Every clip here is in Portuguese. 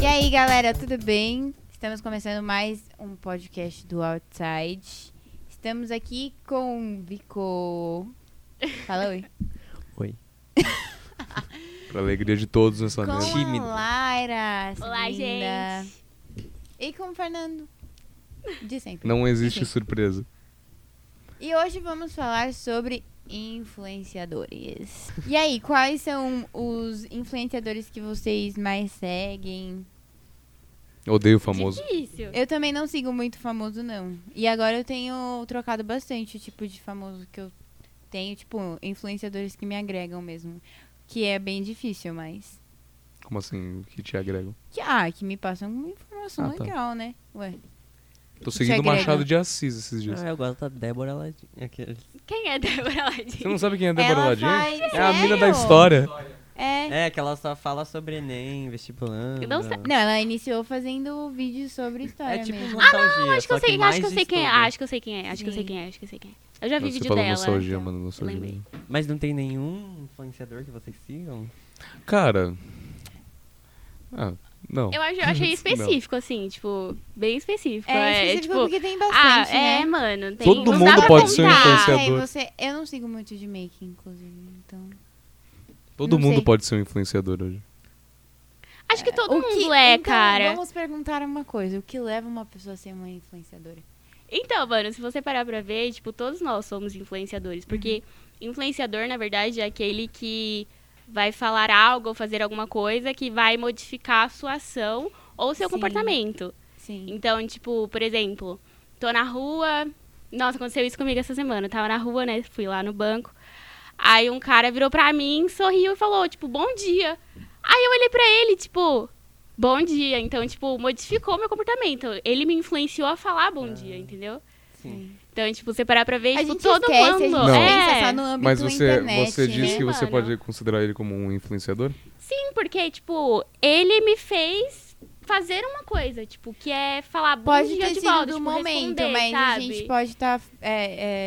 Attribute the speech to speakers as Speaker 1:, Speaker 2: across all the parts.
Speaker 1: E aí, galera, tudo bem? Estamos começando mais um podcast do Outside. Estamos aqui com o Vico. Fala oi.
Speaker 2: Pra alegria de todos nessa
Speaker 1: com
Speaker 2: mesa.
Speaker 1: a Laira. essa
Speaker 3: Olá,
Speaker 1: linda. E com o Fernando. De sempre.
Speaker 2: Não existe surpresa.
Speaker 1: E hoje vamos falar sobre influenciadores. E aí, quais são os influenciadores que vocês mais seguem?
Speaker 2: Odeio o famoso.
Speaker 3: Difícil.
Speaker 1: Eu também não sigo muito famoso, não. E agora eu tenho trocado bastante o tipo de famoso que eu tenho, tipo, influenciadores que me agregam mesmo. Que é bem difícil, mas.
Speaker 2: Como assim? Que te agregam?
Speaker 1: Que, ah, que me passam uma informação
Speaker 2: Ah, tá.
Speaker 1: legal, né? Ué.
Speaker 2: Tô seguindo o
Speaker 1: agrega. É.
Speaker 2: Machado de Assis esses dias.
Speaker 4: Ah, eu gosto da Débora Ladinho. Aquele-
Speaker 3: Quem é Débora
Speaker 2: Você
Speaker 3: Ladinho?
Speaker 2: não sabe quem é Débora
Speaker 1: Ela
Speaker 2: Ladinho?
Speaker 1: faz-
Speaker 2: É a mina da
Speaker 1: sério?
Speaker 2: história.
Speaker 1: É.
Speaker 4: É, que ela só fala sobre Enem, vestibulando.
Speaker 3: Eu não sei-
Speaker 1: Não, ela iniciou fazendo vídeo sobre
Speaker 4: É
Speaker 1: história
Speaker 4: tipo
Speaker 1: mesmo.
Speaker 4: nostalgia,
Speaker 3: Ah, Não, acho que eu
Speaker 4: só
Speaker 3: sei, acho
Speaker 4: mais
Speaker 3: que eu sei quem é.
Speaker 4: estuda.
Speaker 3: Acho que eu sei quem é, acho que eu sei
Speaker 1: Sim.
Speaker 3: quem é, acho que eu sei quem é. Eu já vi
Speaker 2: Você
Speaker 3: vídeo
Speaker 2: falou
Speaker 3: dela.
Speaker 2: nostalgia,
Speaker 3: então,
Speaker 2: mano. Nostalgia.
Speaker 3: eu lembrei.
Speaker 4: Mas não tem nenhum influenciador que vocês sigam?
Speaker 2: Cara. Ah, não.
Speaker 3: Eu, acho- eu achei específico, assim, tipo, bem específico.
Speaker 1: É, específico
Speaker 3: tipo,
Speaker 1: porque tem
Speaker 3: ah,
Speaker 1: bastante, né?
Speaker 3: é, mano. Tem,
Speaker 2: Todo
Speaker 3: não
Speaker 2: mundo
Speaker 3: dá pra
Speaker 2: pode ser um
Speaker 3: contar.
Speaker 2: influenciador.
Speaker 1: É, e você, eu não sigo muito de make, inclusive, então.
Speaker 2: Todo
Speaker 1: não
Speaker 2: mundo
Speaker 1: sei.
Speaker 2: pode ser um influenciador hoje.
Speaker 3: Acho que todo
Speaker 1: O
Speaker 3: mundo
Speaker 1: que-
Speaker 3: é,
Speaker 1: então,
Speaker 3: cara.
Speaker 1: Vamos perguntar uma coisa: o que leva uma pessoa a ser uma influenciadora?
Speaker 3: Então, mano, se você parar pra ver, tipo, todos nós somos influenciadores. Porque
Speaker 1: Uhum.
Speaker 3: influenciador, na verdade, é aquele que vai falar algo ou fazer alguma coisa que vai modificar a sua ação ou seu
Speaker 1: Sim.
Speaker 3: comportamento.
Speaker 1: Sim.
Speaker 3: Então, tipo, por exemplo, tô na rua. Nossa, aconteceu isso comigo essa semana. Eu tava na rua, né? Fui lá no banco. Aí um cara virou pra mim, sorriu e falou, tipo, bom dia. Aí eu olhei pra ele, tipo, bom dia. Então, tipo, modificou meu comportamento. Ele me influenciou a falar bom dia, entendeu?
Speaker 4: Sim.
Speaker 3: Então, tipo, você parar pra ver,
Speaker 1: A
Speaker 3: tipo,
Speaker 1: gente
Speaker 3: todo
Speaker 1: esquece,
Speaker 3: mundo.
Speaker 1: a gente
Speaker 3: é.
Speaker 1: pensa só no âmbito
Speaker 2: Mas você,
Speaker 1: internet,
Speaker 2: você disse
Speaker 1: né?
Speaker 2: que você
Speaker 3: mano?
Speaker 2: pode considerar ele como um influenciador?
Speaker 3: Sim, porque, tipo, ele me fez fazer uma coisa, tipo, que é falar bom
Speaker 1: Pode
Speaker 3: dia
Speaker 1: ter
Speaker 3: de
Speaker 1: sido
Speaker 3: volta,
Speaker 1: do
Speaker 3: tipo,
Speaker 1: momento,
Speaker 3: responder,
Speaker 1: mas
Speaker 3: sabe?
Speaker 1: a gente pode estar.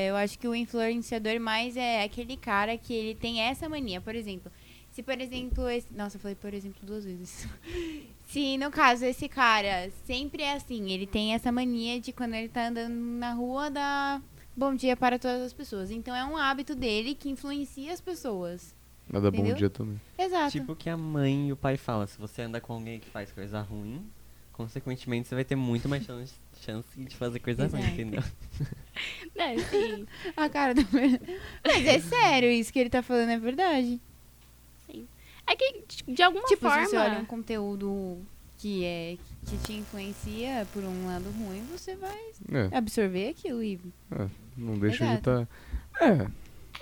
Speaker 1: eu acho que o influenciador mais é aquele cara que ele tem essa mania. Por exemplo, se por exemplo. Esse, nossa, eu falei por exemplo duas vezes. Se no caso esse cara sempre é assim, ele tem essa mania de quando ele tá andando na rua dar bom dia para todas as pessoas. Então é um hábito dele que influencia as pessoas.
Speaker 2: Nada bom
Speaker 1: Entendeu?
Speaker 2: dia também.
Speaker 1: Exato.
Speaker 4: Tipo que a mãe e o pai falam, se você anda com alguém que faz coisa ruim, consequentemente você vai ter muito mais chan- chance de fazer coisa ruim,
Speaker 1: Exato.
Speaker 4: entendeu?
Speaker 3: É, sim.
Speaker 1: A cara do. Mas é sério, isso que ele tá falando é verdade.
Speaker 3: É que, de- de alguma
Speaker 1: tipo,
Speaker 3: forma.
Speaker 1: se você olha um conteúdo que é que te influencia por um lado ruim, você vai
Speaker 2: É,
Speaker 1: absorver aquilo e
Speaker 2: não deixa de
Speaker 1: Exato.
Speaker 2: estar.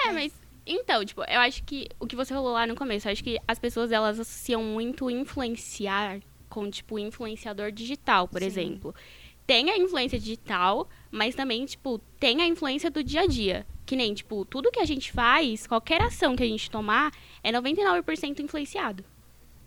Speaker 2: É,
Speaker 3: É, mas. Então, tipo, eu acho que o que você falou lá no começo, eu acho que as pessoas elas associam muito influenciar com, tipo, influenciador digital, por
Speaker 1: Sim.
Speaker 3: exemplo. Tem a influência digital, mas também, tipo, tem a influência do dia a dia. Que nem, tipo, tudo que a gente faz, qualquer ação que a gente tomar, é 99% influenciado.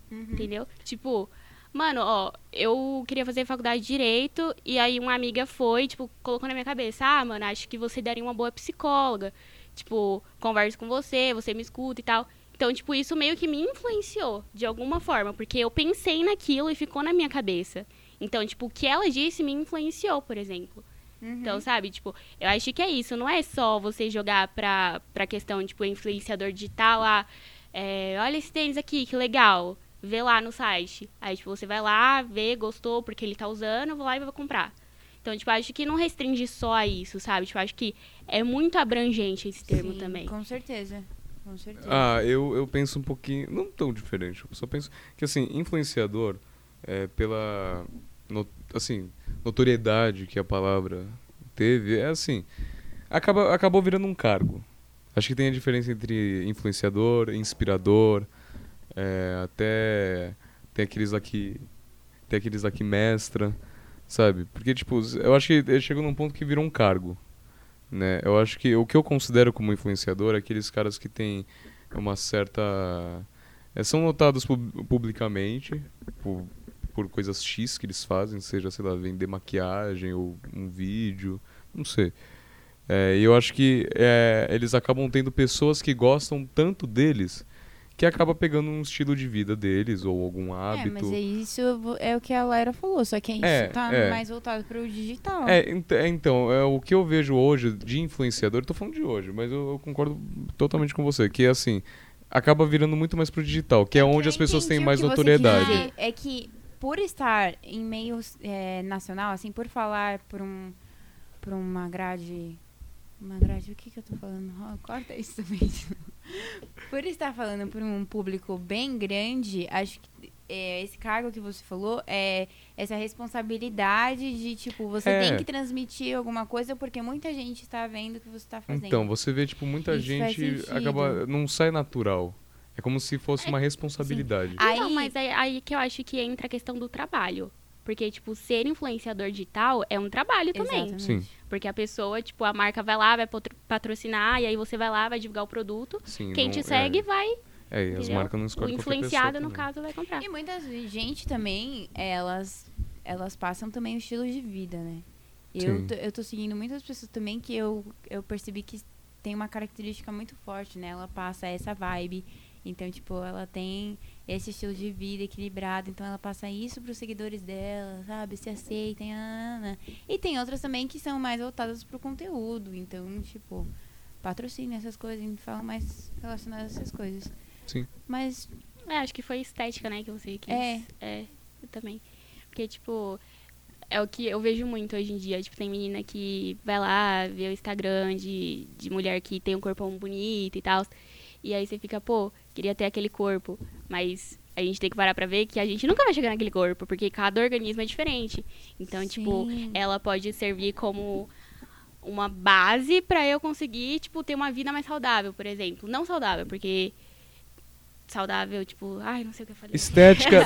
Speaker 3: Entendeu? Tipo, mano, ó, eu queria fazer faculdade de direito e aí uma amiga foi, tipo, colocou na minha cabeça: "Ah, mano, acho que você daria uma boa psicóloga. Tipo, converso com você, você me escuta e tal". Então, tipo, isso meio que me influenciou de alguma forma, porque eu pensei naquilo e ficou na minha cabeça. Então, tipo, o que ela disse me influenciou, por exemplo. Então, sabe, tipo, eu acho que é isso. Não é só você jogar pra, pra questão, tipo, influenciador digital, ah, é, olha esse tênis aqui, que legal. Vê lá no site. Aí, tipo, você vai lá, vê, gostou, porque ele tá usando, eu vou lá e vou comprar. Então, tipo, acho que não restringe só a isso, sabe? Tipo, acho que é muito abrangente esse termo
Speaker 1: Sim,
Speaker 3: também.
Speaker 1: Com certeza. Com certeza.
Speaker 2: Ah, eu, eu penso um pouquinho. Não tão diferente. Eu só penso que, assim, influenciador, é, pela. no- assim, notoriedade que a palavra teve, é assim. Acaba, acabou virando um cargo. Acho que tem a diferença entre influenciador, inspirador, é, até. Tem aqueles lá que. Tem aqueles lá que mestra, sabe? Porque, tipo, eu acho que ele chegou num ponto que virou um cargo. Né? Eu acho que o que eu considero como influenciador é aqueles caras que têm uma certa. é, são notados pub- publicamente por, por coisas X que eles fazem, seja, sei lá, vender maquiagem ou um vídeo, não sei. Eh, É, e eu acho que é, eles acabam tendo pessoas que gostam tanto deles que acaba pegando um estilo de vida deles ou algum
Speaker 1: É,
Speaker 2: hábito.
Speaker 1: mas é isso vo- é o que a Laira falou, só que isso
Speaker 2: É,
Speaker 1: tá
Speaker 2: é.
Speaker 1: mais voltado pro digital.
Speaker 2: É, ent- é, então, é, o que eu vejo hoje de influenciador, eu tô falando de hoje, mas eu, eu concordo totalmente com você, que é assim, acaba virando muito mais pro digital, que é onde
Speaker 1: Eu
Speaker 2: as pessoas
Speaker 1: entendi
Speaker 2: têm
Speaker 1: o
Speaker 2: mais
Speaker 1: que você quis
Speaker 2: notoriedade.
Speaker 1: dizer. É que por estar em meio é, nacional, assim, por falar por um por uma grade uma grade, o que que eu tô falando? Ó, corta isso também. por estar falando por um público bem grande, acho que é, esse cargo que você falou é essa responsabilidade de tipo você
Speaker 2: É.
Speaker 1: tem que transmitir alguma coisa porque muita gente está vendo o que você está fazendo.
Speaker 2: Então, você vê, tipo, muita
Speaker 1: Isso faz
Speaker 2: gente
Speaker 1: sentido.
Speaker 2: acaba. não sai natural. É como se fosse uma responsabilidade.
Speaker 1: Aí-
Speaker 3: Não, mas é aí que eu acho que entra a questão do trabalho. Porque, tipo, ser influenciador digital é um trabalho também.
Speaker 1: Exatamente.
Speaker 2: Sim,
Speaker 3: Porque a pessoa, tipo, a marca vai lá, vai potro- patrocinar, e aí você vai lá, vai divulgar o produto.
Speaker 2: sim.
Speaker 3: Quem
Speaker 2: não-
Speaker 3: te segue
Speaker 2: é,
Speaker 3: vai.
Speaker 2: É, e as
Speaker 3: entendeu?
Speaker 2: marcas não
Speaker 3: O
Speaker 2: escolhem qualquer pessoa
Speaker 3: influenciado, no
Speaker 2: também.
Speaker 3: caso, vai comprar.
Speaker 1: E muita gente também, elas, elas passam também o estilo de vida, né?
Speaker 2: Sim.
Speaker 1: Eu, tô- eu tô seguindo muitas pessoas também que eu, eu percebi que tem uma característica muito forte, né? Ela passa essa vibe. Então, tipo, ela tem esse estilo de vida equilibrado. Então, ela passa isso pros seguidores dela, sabe? Se aceitem. ah, Ana. E tem outras também que são mais voltadas pro conteúdo. Então, tipo, patrocina essas coisas. Falam mais relacionadas a essas coisas.
Speaker 2: Sim.
Speaker 1: Mas,
Speaker 3: É, acho que foi estética, né, que você quis.
Speaker 1: É.
Speaker 3: É, eu também. Porque, tipo, é o que eu vejo muito hoje em dia. Tipo, tem menina que vai lá vê o Instagram de, de mulher que tem um corpão bonito e tal. E aí você fica, pô, queria ter aquele corpo. Mas a gente tem que parar pra ver que a gente nunca vai chegar naquele corpo, porque cada organismo é diferente. Então, tipo,
Speaker 1: Sim.
Speaker 3: ela pode servir como uma base pra eu conseguir, tipo, ter uma vida mais saudável, por exemplo. Não saudável, porque saudável, tipo, ai, não sei o que eu falei.
Speaker 2: Estética,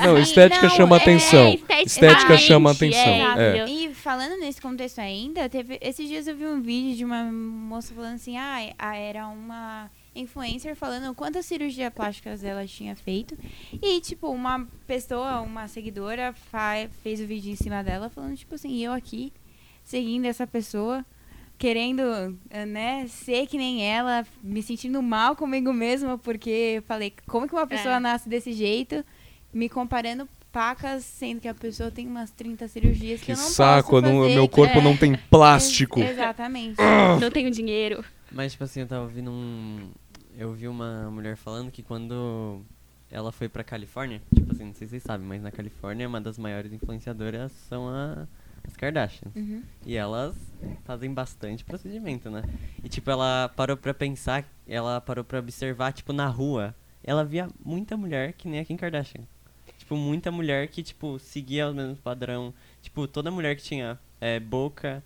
Speaker 2: não,
Speaker 1: Sim,
Speaker 2: estética
Speaker 1: não,
Speaker 2: chama
Speaker 1: é,
Speaker 2: atenção.
Speaker 3: estética-
Speaker 2: estética chama
Speaker 3: exatamente,
Speaker 2: atenção.
Speaker 3: é,
Speaker 2: É,
Speaker 3: entendeu?
Speaker 1: E falando nesse contexto ainda, teve, esses dias eu vi um vídeo de uma moça falando assim, ah, é- ah, era uma influencer falando quantas cirurgias plásticas ela tinha feito. E, tipo, uma pessoa, uma seguidora, fa- fez o vídeo em cima dela falando, tipo assim, eu aqui, seguindo essa pessoa, querendo, eh, né, ser que nem ela, me sentindo mal comigo mesma, porque eu falei, como que uma pessoa
Speaker 3: É.
Speaker 1: nasce desse jeito, me comparando pacas, sendo que a pessoa tem umas 30 cirurgias que,
Speaker 2: Que
Speaker 1: eu não
Speaker 2: saco, eu
Speaker 1: posso
Speaker 2: não-
Speaker 1: fazer, é.
Speaker 2: meu
Speaker 1: que-
Speaker 2: corpo não tem Ah! plástico.
Speaker 1: Ex- Exatamente.
Speaker 3: Não tenho dinheiro.
Speaker 4: Mas, tipo assim, eu tava ouvindo um. Eu vi uma mulher falando que quando ela foi pra Califórnia, tipo assim, não sei se vocês sabem, mas na Califórnia uma das maiores influenciadoras são a- as Kardashians.
Speaker 1: Uhum.
Speaker 4: E elas fazem bastante procedimento, né? E tipo, ela parou pra pensar, ela parou pra observar, tipo, na rua, ela via muita mulher que nem a Kim Kardashian. Tipo, muita mulher que, tipo, seguia o mesmo padrão. Tipo, toda mulher que tinha eh, boca,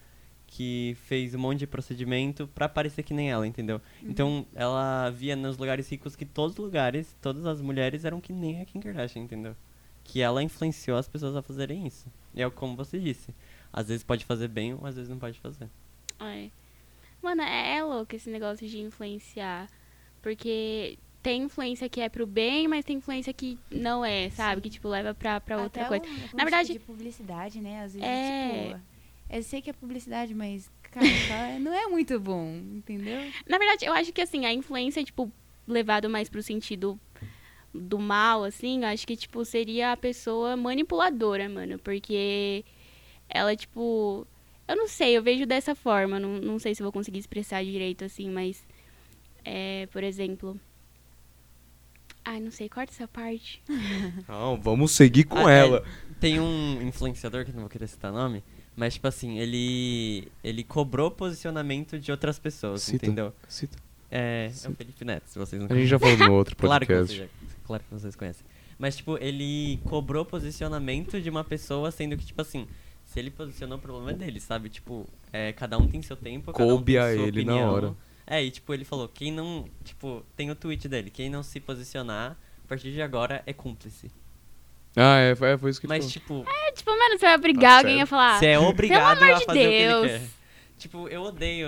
Speaker 4: que fez um monte de procedimento pra parecer que nem ela, entendeu? Então, ela via nos lugares ricos que todos os lugares, todas as mulheres eram que nem a Kim Kardashian, entendeu? Que ela influenciou as pessoas a fazerem isso. E é como você disse. Às vezes pode fazer bem ou às vezes não pode fazer.
Speaker 3: É. Mano, é, é louco esse negócio de influenciar. Porque tem influência que é pro bem, mas tem influência que não é, sabe? Que, tipo, leva pra, pra outra
Speaker 1: Até
Speaker 3: coisa.
Speaker 1: o- o
Speaker 3: Na verdade-
Speaker 1: tipo de publicidade, né? Às vezes,
Speaker 3: É.
Speaker 1: tipo, eu sei que é publicidade, mas, cara, tá- não é muito bom, entendeu?
Speaker 3: Na verdade, eu acho que, assim, a influência, tipo, levado mais pro sentido do mal, assim, eu acho que, tipo, seria a pessoa manipuladora, mano. Porque ela, tipo... Eu não sei, eu vejo dessa forma. Não, não sei se eu vou conseguir expressar direito, assim, mas... É, por exemplo... Ai, não sei, corta essa parte.
Speaker 2: Não, vamos seguir com
Speaker 4: Ah, é,
Speaker 2: ela.
Speaker 4: tem um influenciador que eu não vou querer citar nome, mas tipo assim, ele ele cobrou posicionamento de outras pessoas,
Speaker 2: Cita.
Speaker 4: entendeu?
Speaker 2: Cita.
Speaker 4: É, é
Speaker 2: Sim.
Speaker 4: o Felipe Neto, se vocês não
Speaker 2: A gente já falou no outro
Speaker 4: Claro que,
Speaker 2: podcast.
Speaker 4: vocês, claro que vocês conhecem. Mas, tipo, ele cobrou posicionamento de uma pessoa, sendo que, tipo assim, se ele posicionou, o problema é dele, sabe? Tipo, é, cada um tem seu tempo, cada um
Speaker 2: Coube
Speaker 4: tem
Speaker 2: a
Speaker 4: sua
Speaker 2: ele na
Speaker 4: opinião.
Speaker 2: hora.
Speaker 4: É, e tipo, ele falou, quem não. Tipo, tem o tweet dele, quem não se posicionar, a partir de agora é cúmplice.
Speaker 2: Ah, é, foi- é, foi isso que
Speaker 4: Mas,
Speaker 2: falou.
Speaker 4: tipo,
Speaker 3: É, tipo, mano, você vai brigar, alguém
Speaker 2: sério?
Speaker 3: ia falar...
Speaker 4: você é obrigado
Speaker 3: Ah, amor
Speaker 4: a
Speaker 3: de
Speaker 4: fazer o que
Speaker 3: Deus.
Speaker 4: ele quer. Tipo, eu odeio.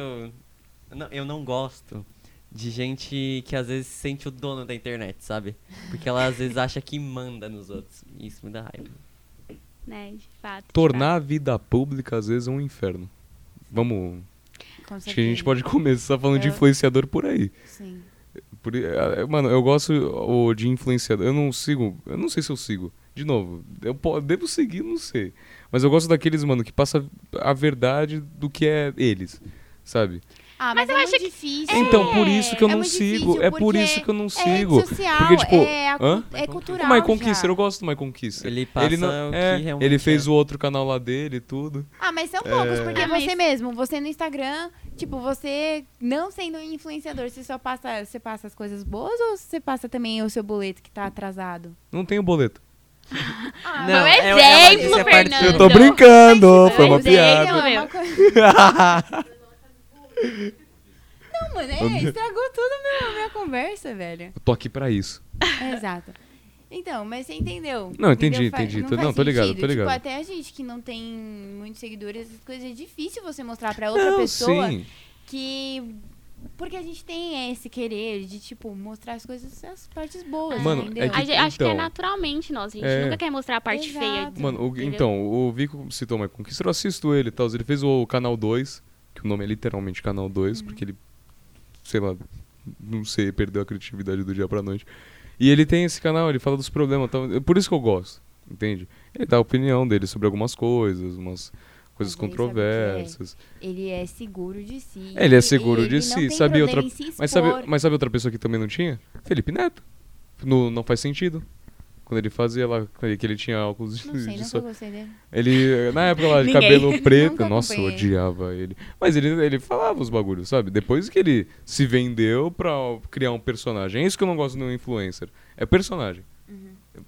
Speaker 4: eu não- Eu não gosto de gente que às vezes se sente o dono da internet, sabe? Porque ela às vezes acha que manda nos outros. E isso me dá raiva.
Speaker 3: Né, de fato. de
Speaker 2: Tornar a vida pública às vezes é um inferno. Vamos.
Speaker 1: Com
Speaker 2: Acho que a
Speaker 1: certeza.
Speaker 2: gente
Speaker 1: É.
Speaker 2: pode começar falando de
Speaker 1: Eu-
Speaker 2: influenciador por aí.
Speaker 1: Sim.
Speaker 2: Por, i- é, é, mano, eu gosto ô, de influenciador. Eu não sigo. Eu não sei se eu sigo. De novo, eu po- devo seguir, não sei. Mas eu gosto daqueles, mano, que passa a verdade do que é eles, sabe?
Speaker 1: Ah,
Speaker 3: Mas
Speaker 1: mas,
Speaker 3: eu
Speaker 1: é
Speaker 3: acho
Speaker 1: muito
Speaker 3: que-
Speaker 1: difícil.
Speaker 2: Então, por isso que eu
Speaker 1: É
Speaker 2: não
Speaker 1: muito
Speaker 2: sigo.
Speaker 1: difícil,
Speaker 2: é por
Speaker 1: porque
Speaker 2: isso que eu não
Speaker 1: É
Speaker 2: sigo.
Speaker 1: rede social,
Speaker 2: porque, tipo,
Speaker 1: é, a cu-
Speaker 2: hã?
Speaker 1: é cultural.
Speaker 2: o My Conquista,
Speaker 1: já.
Speaker 2: eu gosto do My Conquista.
Speaker 4: Ele passa
Speaker 2: não-
Speaker 4: o que
Speaker 2: é,
Speaker 4: realmente
Speaker 2: Ele fez
Speaker 4: é.
Speaker 2: o outro canal lá dele e tudo.
Speaker 1: Ah, mas são poucos,
Speaker 2: É.
Speaker 1: porque
Speaker 3: Ah, mas-
Speaker 1: você mesmo, você no Instagram, tipo, você não sendo um influenciador, você só passa, você passa as coisas boas ou você passa também o seu boleto que tá atrasado?
Speaker 2: Não tem o boleto.
Speaker 1: Ah,
Speaker 4: Não,
Speaker 3: Meu
Speaker 4: é- é
Speaker 3: um exemplo,
Speaker 4: uma notícia
Speaker 3: Fernando.
Speaker 4: partida.
Speaker 2: Eu tô brincando,
Speaker 1: mas
Speaker 2: foi uma
Speaker 1: mas aí é
Speaker 2: piada.
Speaker 1: uma coisa- Não, mano, é, estragou tudo a minha conversa, velho. É,
Speaker 2: Eu tô aqui pra isso.
Speaker 1: Exato. Então, mas você entendeu.
Speaker 2: Não, entendi,
Speaker 1: entendeu? Fa-
Speaker 2: entendi.
Speaker 1: Não,
Speaker 2: Tô-
Speaker 1: faz
Speaker 2: não, tô ligado,
Speaker 1: sentido.
Speaker 2: tô ligado.
Speaker 1: Tipo, até a gente que não tem muitos seguidores, essas coisas é difícil você mostrar pra outra pessoa
Speaker 2: sim.
Speaker 1: que. Porque a gente tem esse querer de, tipo, mostrar as coisas, as partes boas,
Speaker 2: Mano,
Speaker 1: entendeu?
Speaker 2: é
Speaker 3: A
Speaker 2: que-
Speaker 3: gente- acho que é
Speaker 2: então.
Speaker 3: naturalmente nós, a gente
Speaker 2: É.
Speaker 3: nunca quer mostrar a parte
Speaker 1: Exato.
Speaker 3: feia.
Speaker 2: Mano, o-
Speaker 3: entendeu?
Speaker 2: então, o Vico citou My Conquista, eu assisto ele e tal. Ele fez o Canal 2, que o nome é literalmente Canal 2,
Speaker 1: Uhum.
Speaker 2: porque ele, sei lá, não sei, perdeu a criatividade do dia pra noite. E ele tem esse canal, ele fala dos problemas. e tal. É Por isso que eu gosto, entende? Ele dá a opinião dele sobre algumas coisas, umas coisas
Speaker 1: Mas ele sabe o que é.
Speaker 2: controversas.
Speaker 1: Ele é seguro de si.
Speaker 2: Ele é seguro
Speaker 1: ele
Speaker 2: de
Speaker 1: não
Speaker 2: si,
Speaker 1: tem
Speaker 2: sabe
Speaker 1: problema
Speaker 2: outra-
Speaker 1: em se
Speaker 2: Mas sabe,
Speaker 1: expor.
Speaker 2: mas sabe outra pessoa que também não tinha? Felipe Neto. No, não faz sentido. Quando ele fazia lá, que ele tinha óculos
Speaker 1: Não
Speaker 2: de,
Speaker 1: sei,
Speaker 2: de
Speaker 1: nunca
Speaker 2: sol.
Speaker 1: gostei dele.
Speaker 2: Ele, na época lá de
Speaker 1: Ninguém.
Speaker 2: cabelo preto,
Speaker 1: Nunca
Speaker 2: nossa, eu
Speaker 1: acompanhei.
Speaker 2: odiava ele. Mas ele, ele falava os bagulhos, sabe? Depois que ele se vendeu pra criar um personagem. É isso que eu não gosto no influencer. É personagem.
Speaker 1: Uhum.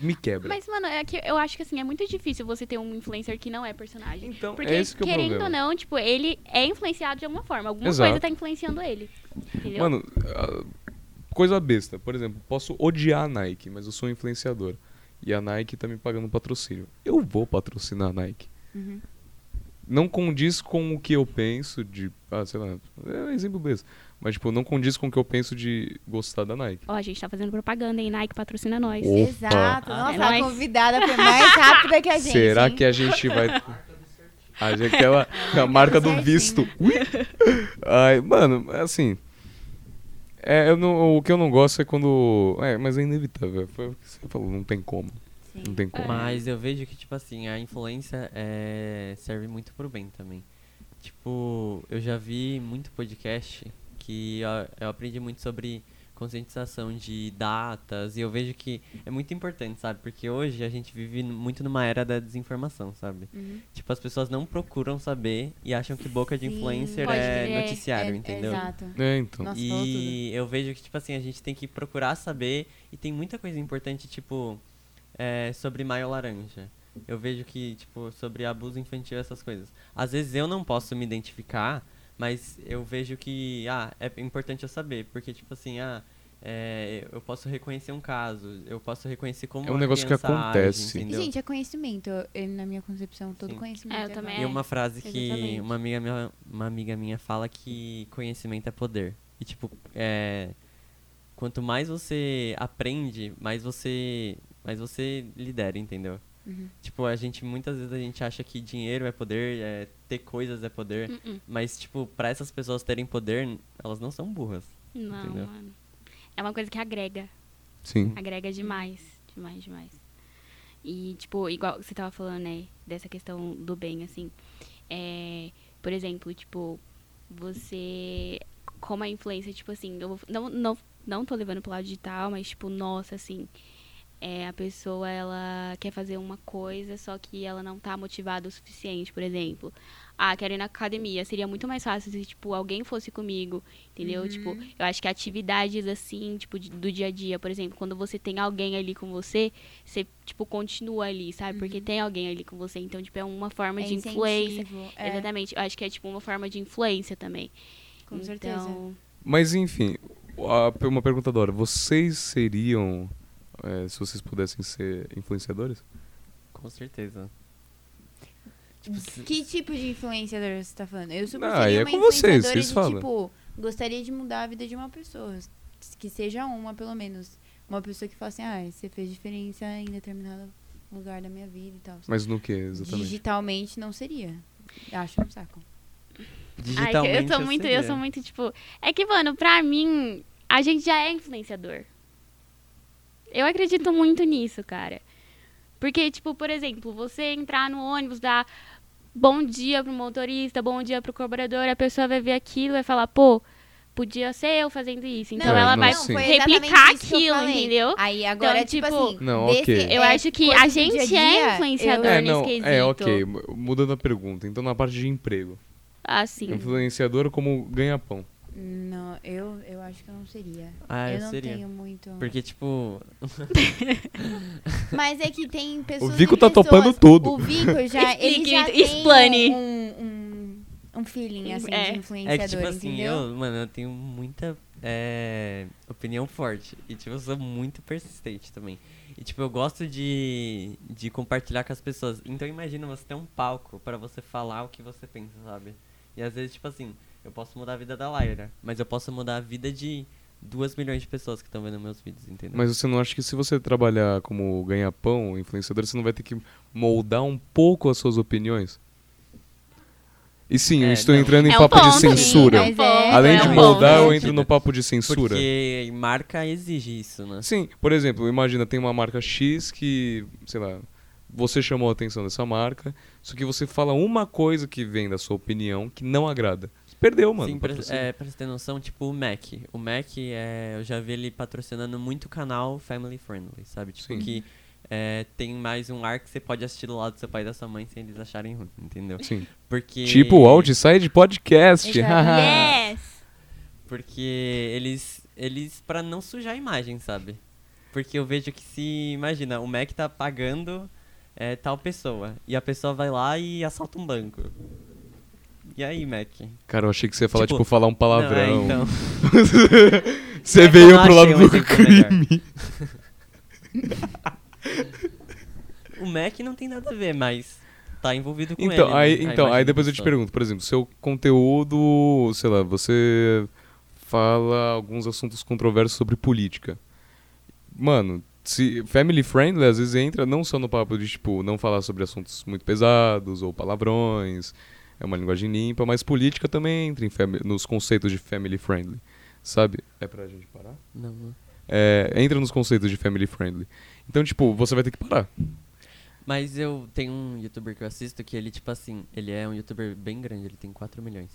Speaker 2: Me quebra.
Speaker 3: Mas, mano, é que eu acho que assim, é muito difícil você ter um influencer que não é personagem.
Speaker 2: então,
Speaker 3: Porque,
Speaker 2: é esse que é o
Speaker 3: querendo
Speaker 2: problema.
Speaker 3: ou não, tipo, ele é influenciado de alguma forma. Alguma
Speaker 2: Exato.
Speaker 3: coisa tá influenciando ele. Entendeu?
Speaker 1: é
Speaker 2: Mano, ah, coisa besta. Por exemplo, posso odiar a Nike, mas eu sou um influenciador. E a Nike tá me pagando patrocínio. Eu vou patrocinar a Nike.
Speaker 1: Uhum.
Speaker 2: Não condiz com o que eu penso de. Ah, sei lá. É um exemplo besta. Mas, tipo, não condiz com o que eu penso de gostar da Nike.
Speaker 3: Ó, a gente tá fazendo propaganda, hein? Nike patrocina nós.
Speaker 2: Opa.
Speaker 1: Exato.
Speaker 2: Ah,
Speaker 1: Nossa,
Speaker 3: é
Speaker 1: a
Speaker 3: nóis.
Speaker 1: convidada foi mais rápida que a gente.
Speaker 2: Será
Speaker 1: hein?
Speaker 2: que é? a gente vai. A gente, aquela a marca do
Speaker 1: certinho.
Speaker 2: visto. Ui. Ai, mano, assim. É, eu não, o que eu não gosto é quando. É, mas é inevitável. Foi o que você falou, não tem como.
Speaker 1: Sim. Ah.
Speaker 2: Não tem como.
Speaker 4: Mas eu vejo que, tipo assim, a influência é, serve muito pro bem também. Tipo, eu já vi muito podcast que a- eu aprendi muito sobre conscientização de datas e eu vejo que é muito importante, sabe? Porque hoje a gente vive n- muito numa era da desinformação, sabe?
Speaker 1: Uhum.
Speaker 4: Tipo, as pessoas não procuram saber e acham que boca de
Speaker 1: Sim,
Speaker 4: influencer
Speaker 3: pode
Speaker 4: é
Speaker 3: crer.
Speaker 4: noticiário,
Speaker 1: É-
Speaker 4: entendeu?
Speaker 1: Exato.
Speaker 2: É, então.
Speaker 1: Nossa, falou tudo.
Speaker 4: E eu vejo que, tipo assim, a gente tem que procurar saber e tem muita coisa importante, tipo, é, sobre maio laranja. Eu vejo que, tipo, sobre abuso infantil, essas coisas. Às vezes eu não posso me identificar, mas eu vejo que, ah, é importante eu saber, porque, tipo assim, ah, é, eu posso reconhecer um caso, eu posso reconhecer como
Speaker 2: É um
Speaker 4: a
Speaker 2: negócio que
Speaker 4: criança age,
Speaker 2: acontece.
Speaker 1: E,
Speaker 4: entendeu?
Speaker 1: gente, é conhecimento. Eu- eu, na minha concepção, todo
Speaker 4: Sim.
Speaker 1: conhecimento.
Speaker 3: É, eu também
Speaker 4: E
Speaker 1: válido.
Speaker 4: uma frase que
Speaker 3: exatamente.
Speaker 4: uma amiga, minha, uma amiga minha fala que conhecimento é poder. E tipo, é, quanto mais você aprende, mais você, mais você lidera, entendeu?
Speaker 3: é.
Speaker 1: Uhum.
Speaker 4: Tipo, a gente muitas vezes a gente acha que dinheiro é poder, é, ter coisas é poder,
Speaker 3: Uh-uh.
Speaker 4: mas tipo, para essas pessoas terem poder, elas não são burras.
Speaker 3: Não,
Speaker 4: Entendeu?
Speaker 3: mano. É uma coisa que agrega.
Speaker 2: Sim.
Speaker 3: Agrega demais. Demais, demais. E, tipo, igual você tava falando, né? Dessa questão do bem, assim. É, por exemplo, tipo, você. Como a influência, tipo assim, eu vou- não, não, não tô levando pro lado digital, mas, tipo, nossa, assim. é, a pessoa, ela quer fazer uma coisa, só que ela não tá motivada o suficiente, por exemplo. Ah, quero ir na academia. Seria muito mais fácil se, tipo, alguém fosse comigo,
Speaker 1: Uhum.
Speaker 3: entendeu? Tipo, eu acho que atividades, assim, tipo, de- do dia a dia, por exemplo, quando você tem alguém ali com você, você, tipo, continua ali, sabe? Porque tem alguém ali com você. Então, tipo, é uma forma
Speaker 1: Uhum. É
Speaker 3: de influência.
Speaker 1: incentivo, é,
Speaker 3: Exatamente. Eu acho que é, tipo, uma forma de influência também.
Speaker 1: Com
Speaker 3: então,
Speaker 1: certeza.
Speaker 2: Mas enfim, a- uma pergunta da hora. Vocês seriam. é, se vocês pudessem ser influenciadores?
Speaker 4: Com certeza.
Speaker 1: Que tipo de influenciador você tá falando? Eu super
Speaker 2: Ah,
Speaker 1: seria
Speaker 2: aí é
Speaker 1: uma
Speaker 2: com vocês,
Speaker 1: influenciadora
Speaker 2: vocês
Speaker 1: de,
Speaker 2: falam.
Speaker 1: tipo, gostaria de mudar a vida de uma pessoa. Que seja uma, pelo menos. Uma pessoa que fala assim, ah, você fez diferença em determinado lugar da minha vida e tal.
Speaker 2: Mas no que, exatamente?
Speaker 1: Digitalmente não seria. Acho um saco.
Speaker 3: Ai, que eu
Speaker 4: Digitalmente
Speaker 2: assim,
Speaker 3: sou muito, eu
Speaker 4: seria.
Speaker 3: sou muito, tipo. É que, mano, pra mim, a gente já é influenciador. Eu acredito muito nisso, cara. Porque, tipo, por exemplo, você entrar no ônibus, dar bom dia pro motorista, bom dia pro cobrador, a pessoa vai ver aquilo e vai falar, pô, podia ser eu fazendo isso. Então
Speaker 2: Não,
Speaker 3: ela
Speaker 2: É, não,
Speaker 3: vai
Speaker 2: sim.
Speaker 1: foi exatamente
Speaker 3: replicar
Speaker 1: isso que eu
Speaker 3: aquilo,
Speaker 1: falei.
Speaker 3: entendeu?
Speaker 1: Aí agora,
Speaker 3: Então,
Speaker 1: tipo,
Speaker 3: tipo,
Speaker 1: assim.
Speaker 2: Não,
Speaker 1: desse-
Speaker 2: ok.
Speaker 3: Eu
Speaker 1: é,
Speaker 3: acho que
Speaker 1: coisa
Speaker 3: a
Speaker 1: do dia
Speaker 3: gente
Speaker 1: a dia, eu-
Speaker 3: é influenciador
Speaker 2: É,
Speaker 3: nesse
Speaker 2: não,
Speaker 3: quesito.
Speaker 2: é, ok. mu- Mudando a pergunta, então na parte de emprego.
Speaker 3: Ah, sim.
Speaker 2: Influenciador como ganha-pão.
Speaker 1: Não, eu, eu acho que eu não seria.
Speaker 4: Ah,
Speaker 1: eu
Speaker 4: eu
Speaker 1: não
Speaker 4: seria.
Speaker 1: tenho muito.
Speaker 4: Porque, tipo,
Speaker 1: Mas é que tem pessoas.
Speaker 2: O Vico
Speaker 1: e
Speaker 2: tá
Speaker 1: pessoas.
Speaker 2: topando tudo.
Speaker 1: O Vico já. ele
Speaker 3: Explique,
Speaker 1: já
Speaker 3: explane.
Speaker 1: tem um, um, um feeling, assim,
Speaker 3: É. É que,
Speaker 1: de
Speaker 3: tipo
Speaker 1: influenciador.
Speaker 4: é que, tipo assim,
Speaker 1: entendeu?
Speaker 4: eu, mano, eu tenho muita é, opinião forte. E, tipo, eu sou muito persistente também. E, tipo, eu gosto de, de compartilhar com as pessoas. Então, imagina você ter um palco pra você falar o que você pensa, sabe? E, às vezes, tipo assim, eu posso mudar a vida da Laira, mas eu posso mudar a vida de duas milhões de pessoas que estão vendo meus vídeos, entendeu?
Speaker 2: Mas você não acha que se você trabalhar como ganha-pão, influenciador, você não vai ter que moldar um pouco as suas opiniões? E sim, eu
Speaker 4: É,
Speaker 2: estou
Speaker 4: não.
Speaker 2: entrando em
Speaker 3: É um
Speaker 2: papo de
Speaker 3: ponto,
Speaker 2: censura.
Speaker 1: sim,
Speaker 3: sim, é um ponto,
Speaker 2: Além
Speaker 3: é
Speaker 2: de
Speaker 3: um ponto.
Speaker 2: moldar, eu
Speaker 4: né?
Speaker 2: entro no papo de censura.
Speaker 4: Porque marca exige isso, né?
Speaker 2: Sim, por exemplo, imagina, tem uma marca X que, sei lá, você chamou a atenção dessa marca, só que você fala uma coisa que vem da sua opinião que não agrada. Perdeu, mano.
Speaker 4: Sim, pra,
Speaker 2: patrocínio.
Speaker 4: é, pra você ter noção, tipo o Mac. O Mac, é, eu já vi ele patrocinando muito canal Family Friendly, sabe? Tipo,
Speaker 2: Sim.
Speaker 4: que é, tem mais um ar que você pode assistir do lado do seu pai e da sua mãe sem eles acharem ruim, entendeu?
Speaker 2: Sim.
Speaker 4: Porque...
Speaker 2: Tipo o Outside Podcast.
Speaker 1: Exatamente.
Speaker 3: Yes!
Speaker 4: Porque eles, eles pra não sujar a imagem, sabe? Porque eu vejo que se, imagina, o Mac tá pagando é, tal pessoa, e a pessoa vai lá e assalta um banco. E aí, Mac?
Speaker 2: Cara, eu achei que você ia falar, tipo,
Speaker 4: Tipo,
Speaker 2: falar um
Speaker 4: Não, é,
Speaker 2: palavrão.
Speaker 4: então...
Speaker 2: Você
Speaker 4: É que eu
Speaker 2: veio
Speaker 4: não
Speaker 2: pro lado
Speaker 4: achei um
Speaker 2: do
Speaker 4: exemplo melhor.
Speaker 2: crime.
Speaker 4: O Mac não tem nada a ver, mas tá envolvido com ele.
Speaker 2: Então,
Speaker 4: né?
Speaker 2: aí,
Speaker 4: A
Speaker 2: então, aí
Speaker 4: imagem
Speaker 2: depois
Speaker 4: da
Speaker 2: eu te
Speaker 4: pessoa.
Speaker 2: pergunto, por exemplo, seu conteúdo, sei lá, você fala alguns assuntos controversos sobre política. Mano, se family friendly às vezes entra não só no papo de tipo não falar sobre assuntos muito pesados ou palavrões, é uma linguagem limpa, mas política também entra em fami- nos conceitos de family friendly, sabe? É pra gente parar?
Speaker 4: Não, não.
Speaker 2: É, entra nos conceitos de family friendly. Então, tipo, você vai ter que parar.
Speaker 4: Mas eu tenho um youtuber que eu assisto que ele, tipo assim, ele é um youtuber bem grande, ele tem 4 milhões.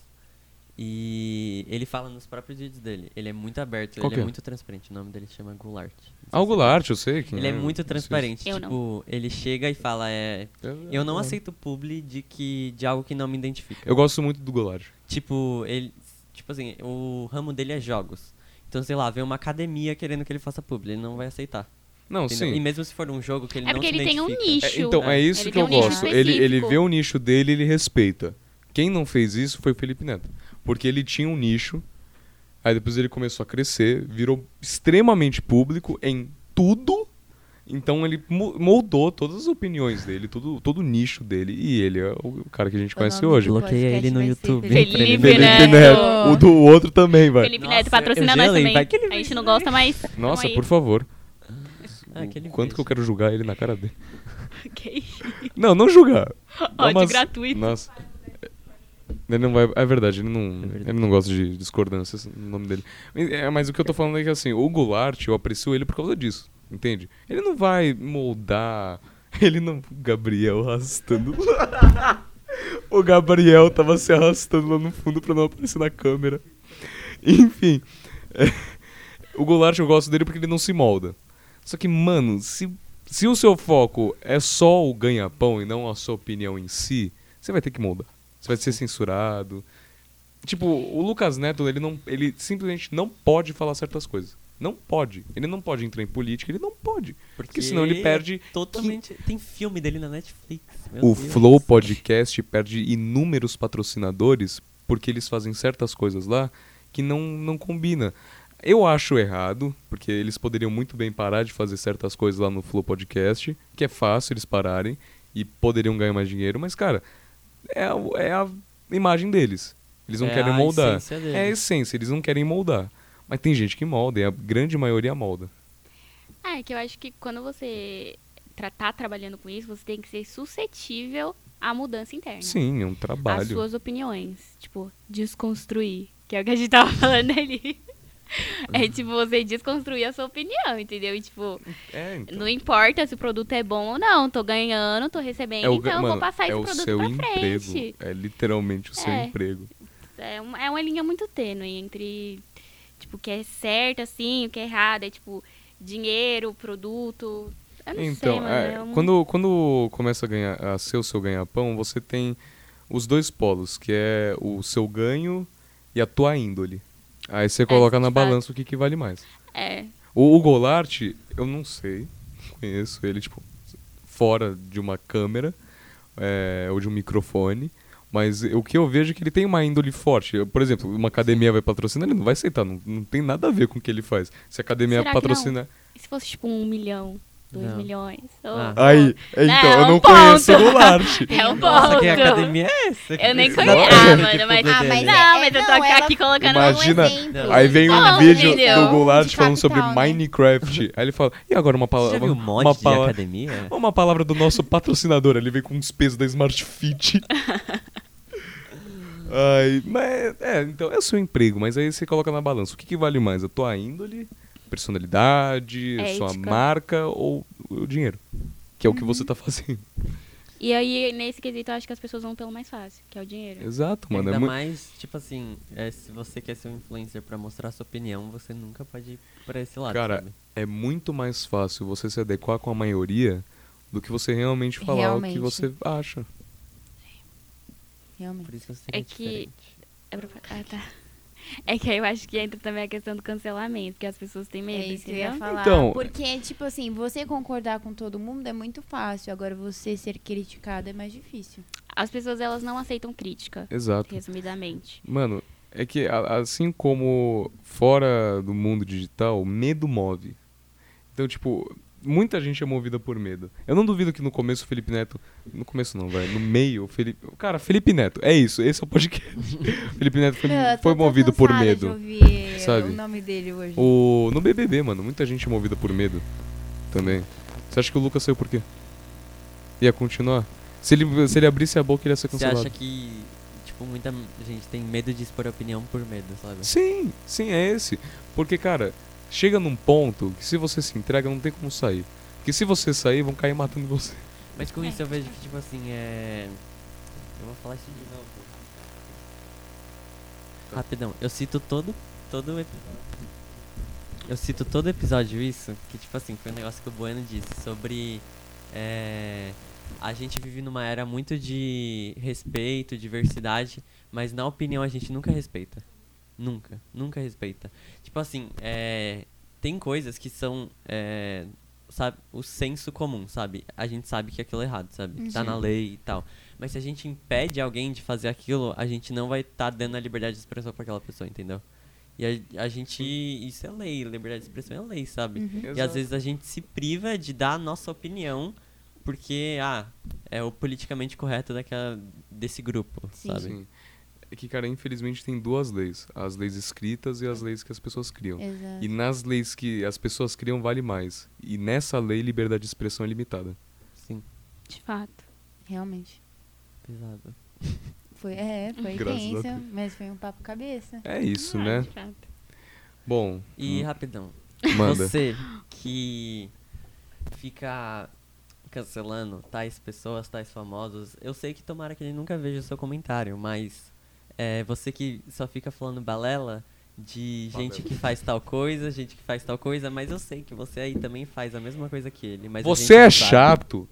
Speaker 4: E ele fala nos próprios vídeos dele. Ele é muito aberto,
Speaker 2: Qual que
Speaker 4: ele
Speaker 2: é?
Speaker 4: é muito transparente. O nome dele chama Goulart. Não sei se
Speaker 2: Algo Goulart, eu sei que
Speaker 4: Ele é muito transparente.
Speaker 3: Eu não.
Speaker 4: tipo, ele chega e fala, é. Eu não aceito publi de que. de algo que não me identifica.
Speaker 2: Eu gosto muito do Goulart.
Speaker 4: Tipo, ele. Tipo assim, o ramo dele é jogos. Então, sei lá, vem uma academia querendo que ele faça publi, ele não vai aceitar.
Speaker 2: Não,
Speaker 4: entendeu? E
Speaker 2: sim.
Speaker 4: mesmo se for um jogo que ele
Speaker 3: É
Speaker 4: não
Speaker 3: porque
Speaker 4: se
Speaker 3: ele tem um
Speaker 4: identifica.
Speaker 3: é nicho.
Speaker 2: É, então, é
Speaker 4: É.
Speaker 2: isso
Speaker 3: Ele
Speaker 2: que eu
Speaker 3: tem um nicho
Speaker 2: gosto. Ele, ele
Speaker 3: específico.
Speaker 2: vê o nicho dele ele respeita. Quem não fez isso foi o Felipe Neto. Porque ele tinha um nicho, aí depois ele começou a crescer, virou extremamente público em tudo. Então ele mo- moldou todas as opiniões dele, tudo, todo o nicho dele. E ele é o cara que a gente
Speaker 1: O
Speaker 2: conhece
Speaker 1: nome
Speaker 2: hoje.
Speaker 1: do
Speaker 4: Bloqueia
Speaker 1: podcast
Speaker 4: ele no
Speaker 1: vai ser
Speaker 4: YouTube,
Speaker 1: Felipe
Speaker 3: hein, pra ele não
Speaker 2: Felipe Neto.
Speaker 3: Felipe
Speaker 1: Neto.
Speaker 4: né?
Speaker 2: O do outro também, vai.
Speaker 3: Felipe Neto
Speaker 4: Nossa,
Speaker 3: patrocina
Speaker 4: eu
Speaker 3: nós
Speaker 4: gelei,
Speaker 3: também.
Speaker 4: vai que ele
Speaker 3: A gente não gosta, mas. tamo
Speaker 2: Nossa,
Speaker 3: aí.
Speaker 2: por favor.
Speaker 4: Ah, aquele
Speaker 2: Quanto que eu
Speaker 4: beijo.
Speaker 2: quero julgar ele na cara dele?
Speaker 3: Ok.
Speaker 2: Não, não julgar. Dá
Speaker 3: Ódio
Speaker 2: umas-
Speaker 3: gratuito.
Speaker 2: Nossa. Ele não vai. É verdade, ele não,
Speaker 4: É verdade.
Speaker 2: Ele não gosta de discordâncias no nome dele. É, mas o que eu tô falando é que assim, o Goulart, eu aprecio ele por causa disso, entende? Ele não vai moldar. Ele não. Gabriel arrastando. o Gabriel tava se arrastando lá no fundo pra não aparecer na câmera. Enfim. é, o Goulart eu gosto dele porque ele não se molda. Só que, mano, se, se o seu foco é só o ganha-pão e não a sua opinião em si, você vai ter que moldar. Você vai ser censurado. Tipo, o Lucas Neto, ele, não, ele simplesmente não pode falar certas coisas. Não pode. Ele não pode entrar em política, ele não pode. Porque, senão ele perde.
Speaker 4: é Totalmente. Tem filme dele na Netflix. meu
Speaker 2: O
Speaker 4: Deus.
Speaker 2: Flow Podcast perde inúmeros patrocinadores porque eles fazem certas coisas lá que não, não combina. Eu acho errado, porque eles poderiam muito bem parar de fazer certas coisas lá no Flow Podcast, que é fácil eles pararem e poderiam ganhar mais dinheiro, mas, cara, é a, é a imagem deles. Eles não
Speaker 4: É
Speaker 2: querem
Speaker 4: a
Speaker 2: moldar.
Speaker 4: essência deles.
Speaker 2: É a essência, eles não querem moldar. Mas tem gente que molda, e a grande maioria molda.
Speaker 3: Ah, é que eu acho que quando você tra tá trabalhando com isso, você tem que ser suscetível à mudança interna.
Speaker 2: Sim, é um
Speaker 3: As
Speaker 2: trabalho.
Speaker 3: suas opiniões. Tipo, desconstruir. Que é o que a gente tava falando ali. É tipo você desconstruir a sua opinião, entendeu? E tipo,
Speaker 2: É, então.
Speaker 3: não importa se o produto é bom ou não, tô ganhando, tô recebendo,
Speaker 2: é o, ga-
Speaker 3: então eu vou
Speaker 2: mano,
Speaker 3: passar
Speaker 2: é
Speaker 3: esse
Speaker 2: o
Speaker 3: produto
Speaker 2: seu
Speaker 3: pra
Speaker 2: emprego.
Speaker 3: frente.
Speaker 2: É literalmente o seu
Speaker 3: É.
Speaker 2: emprego.
Speaker 3: É uma, é uma linha muito tênue entre, tipo, o que é certo, assim, o que é errado, é tipo, dinheiro, produto. Eu não
Speaker 2: Então,
Speaker 3: sei, mano.
Speaker 2: é,
Speaker 3: é um-
Speaker 2: quando, quando começa a, ganhar, a ser o seu ganha-pão, você tem os dois polos, que é o seu ganho e a tua índole. Aí você coloca
Speaker 3: É, de
Speaker 2: na
Speaker 3: fato.
Speaker 2: balança o que, que vale mais.
Speaker 3: É.
Speaker 2: O, o Golart, eu não sei, não conheço ele, tipo, fora de uma câmera é, ou de um microfone. Mas o que eu vejo é que ele tem uma índole forte. Eu, Por exemplo, uma academia vai patrocinar, ele não vai aceitar. Não, não tem nada a ver com o que ele faz. Se a academia
Speaker 3: Será que não?
Speaker 2: patrocinar.
Speaker 3: E se fosse, tipo, um milhão, dois
Speaker 4: Não.
Speaker 3: milhões? Oh,
Speaker 4: Ah.
Speaker 3: oh.
Speaker 2: então,
Speaker 3: É,
Speaker 2: eu
Speaker 3: um
Speaker 2: não
Speaker 3: ponto.
Speaker 2: conheço o Golart.
Speaker 3: É um
Speaker 4: Nossa,
Speaker 3: ponto.
Speaker 4: que academia é essa?
Speaker 3: Eu nem
Speaker 4: Não,
Speaker 3: conheço.
Speaker 4: olha
Speaker 3: Ah,
Speaker 4: que
Speaker 3: mano, mas.
Speaker 4: poder
Speaker 1: Ah, mas
Speaker 4: dele.
Speaker 1: é-
Speaker 3: Não, mas eu tô
Speaker 1: não, ela-
Speaker 3: aqui colocando
Speaker 2: Imagina-
Speaker 1: Um exemplo.
Speaker 2: Aí vem um
Speaker 3: Não,
Speaker 2: vídeo
Speaker 3: entendeu?
Speaker 2: do Goulart
Speaker 1: De
Speaker 2: falando sobre
Speaker 1: capital, né?
Speaker 2: Minecraft. Aí ele fala, e agora uma
Speaker 4: Você
Speaker 2: palavra.
Speaker 4: já viu
Speaker 2: uma
Speaker 4: mod de
Speaker 2: palavra-
Speaker 4: academia?
Speaker 2: Uma palavra do nosso patrocinador, ele veio com uns pesos da Smart Fit. Ai, mas é, então é o seu emprego, mas aí você coloca na balança. O que, que vale mais? A tua índole, personalidade,
Speaker 3: É
Speaker 2: sua
Speaker 3: ética. Uhum.
Speaker 2: marca ou o dinheiro? Que é o que você tá fazendo.
Speaker 3: E aí, nesse quesito, eu acho que as pessoas vão pelo mais fácil, que é o dinheiro.
Speaker 2: Exato, mano.
Speaker 4: Ainda
Speaker 2: é mu-
Speaker 4: mais, tipo assim, é, se você quer ser um influencer pra mostrar sua opinião, você nunca pode ir pra esse lado,
Speaker 2: Cara,
Speaker 4: sabe?
Speaker 2: é muito mais fácil você se adequar com a maioria do que você realmente falar o que
Speaker 1: Realmente.
Speaker 2: você acha.
Speaker 1: Realmente.
Speaker 4: Por isso você
Speaker 3: É
Speaker 4: é
Speaker 3: que-
Speaker 4: diferente.
Speaker 3: É pra... Ah, tá. É que aí eu acho que entra também a questão do cancelamento, que as pessoas têm medo,
Speaker 1: É isso que eu
Speaker 3: entendeu?
Speaker 1: ia falar.
Speaker 2: Então-
Speaker 1: Porque, tipo assim, você concordar com todo mundo é muito fácil. Agora, você ser criticado é mais difícil.
Speaker 3: As pessoas, elas não aceitam crítica,
Speaker 2: Exato.
Speaker 3: resumidamente.
Speaker 2: Mano, é que a- assim como fora do mundo digital, o medo move. Então, tipo, muita gente é movida por medo. Eu não duvido que no começo o Felipe Neto. No começo não, velho. No meio, o Felipe. Cara, Felipe Neto, é isso. Esse é o podcast. Felipe Neto foi,
Speaker 1: Eu tô
Speaker 2: foi
Speaker 1: tão
Speaker 2: movido por
Speaker 1: cansada de
Speaker 2: medo.
Speaker 1: ouvir
Speaker 2: sabe?
Speaker 1: o nome dele hoje.
Speaker 2: O, no BBB, mano, muita gente é movida por medo também. Você acha que o Lucas saiu por quê? Ia continuar? Se ele, se ele abrisse a boca, ele ia ser
Speaker 4: Você
Speaker 2: tá cancelado.
Speaker 4: acha que, tipo, muita gente tem medo de expor a opinião por medo, sabe?
Speaker 2: Sim, sim, é esse. Porque, cara, chega num ponto que se você se entrega, não tem como sair. Porque se você sair, vão cair matando você.
Speaker 4: Mas com isso eu vejo que, tipo assim, é. Eu vou falar isso de novo. Rapidão, eu cito todo. todo epi- Eu cito todo episódio isso, que tipo assim, foi um negócio que o Bueno disse sobre. é, a gente vive numa era muito de respeito, diversidade, mas na opinião a gente nunca respeita. Nunca, nunca respeita. Tipo assim, é, tem coisas que são é, sabe, o senso comum, sabe? A gente sabe que aquilo é errado, sabe? Tá na lei e tal. Mas se a gente impede alguém de fazer aquilo, a gente não vai estar dando a liberdade de expressão pra aquela pessoa, entendeu? E a, a gente. Isso é lei, liberdade de expressão é lei, sabe?
Speaker 1: Uhum.
Speaker 4: E às vezes a gente se priva de dar a nossa opinião porque, ah, é o politicamente correto daquela, desse grupo,
Speaker 1: Sim.
Speaker 4: sabe?
Speaker 2: Sim. É que, cara, infelizmente tem duas leis: as leis escritas e as leis que as pessoas criam.
Speaker 1: Exato.
Speaker 2: E nas leis que as pessoas criam, vale mais. E nessa lei, liberdade de expressão é limitada.
Speaker 4: Sim,
Speaker 3: De fato.
Speaker 1: Realmente.
Speaker 4: pesado.
Speaker 1: Foi, é, foi
Speaker 2: Graças a
Speaker 1: tenso,
Speaker 2: Deus.
Speaker 1: mas foi um papo cabeça.
Speaker 2: É isso,
Speaker 3: Ah,
Speaker 2: né?
Speaker 3: De fato.
Speaker 2: Bom,
Speaker 4: E
Speaker 2: hum,
Speaker 4: rapidão,
Speaker 2: manda.
Speaker 4: Você que fica cancelando tais pessoas, tais famosos, eu sei que tomara que ele nunca veja o seu comentário, mas é, você que só fica falando balela de gente que faz tal coisa, gente que faz tal coisa, mas eu sei que você aí também faz a mesma coisa que ele. Mas a gente
Speaker 2: Você é
Speaker 4: não sabe.
Speaker 2: chato.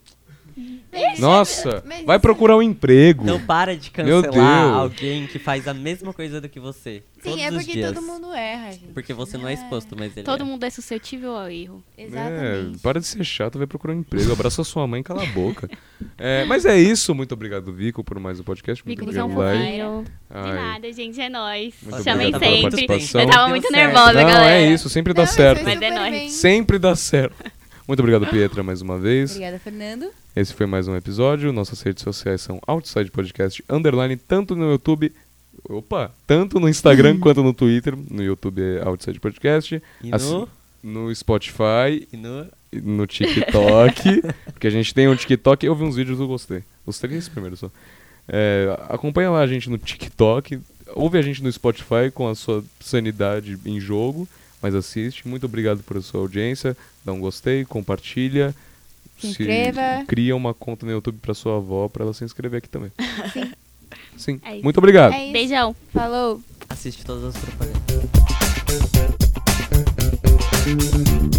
Speaker 2: Nossa,
Speaker 1: mas
Speaker 2: vai
Speaker 1: isso- é
Speaker 2: procurar um emprego.
Speaker 4: Então para de
Speaker 2: Meu
Speaker 4: cancelar
Speaker 2: Deus.
Speaker 4: alguém que faz a mesma coisa do que você. todos
Speaker 1: Sim, é
Speaker 4: os
Speaker 1: porque
Speaker 4: dias.
Speaker 1: todo mundo erra, gente. Ah,
Speaker 4: Porque você não é exposto, mas ele
Speaker 3: Todo
Speaker 4: é.
Speaker 3: mundo é suscetível ao erro.
Speaker 1: Exatamente.
Speaker 2: É, para de ser chato, vai procurar um emprego. Abraça sua mãe, cala a boca. É, mas é isso. Muito obrigado, Vico, por mais um podcast. Muito
Speaker 3: Vico, você é
Speaker 2: obrigado,
Speaker 3: um
Speaker 1: vai.
Speaker 2: Lai.
Speaker 3: fofinho.
Speaker 2: Ai,
Speaker 3: De nada, gente, é nóis.
Speaker 2: Muito
Speaker 3: Chamei
Speaker 2: obrigado pela
Speaker 3: sempre.
Speaker 2: participação.
Speaker 3: Eu tava muito nervosa,
Speaker 2: Não,
Speaker 3: galera.
Speaker 2: é isso. Sempre dá
Speaker 1: Não, mas foi
Speaker 2: certo.
Speaker 3: Mas é
Speaker 1: super
Speaker 3: nóis.
Speaker 1: bem.
Speaker 2: Sempre dá certo. Muito obrigado, Pietra, mais uma vez.
Speaker 1: Obrigada, Fernando.
Speaker 2: Esse foi mais um episódio. Nossas redes sociais são Outside Podcast Underline, tanto no YouTube. Opa! Tanto no Instagram quanto no Twitter. No YouTube é Outside Podcast.
Speaker 4: E no-
Speaker 2: no Spotify
Speaker 4: E no-
Speaker 2: no TikTok. porque a gente tem um TikTok. Eu vi uns vídeos que eu gostei. Os três primeiros só. É, acompanha lá a gente no TikTok. ouve a gente no Spotify com a sua sanidade em jogo, mas assiste. Muito obrigado por sua audiência. Dá um gostei, compartilha.
Speaker 1: Se inscreva.
Speaker 2: Cria uma conta no YouTube pra sua avó, pra ela se inscrever aqui também. Sim.
Speaker 3: É isso.
Speaker 2: Muito obrigado.
Speaker 1: É isso.
Speaker 3: Beijão.
Speaker 1: Falou.
Speaker 4: Assiste todas as propagandas.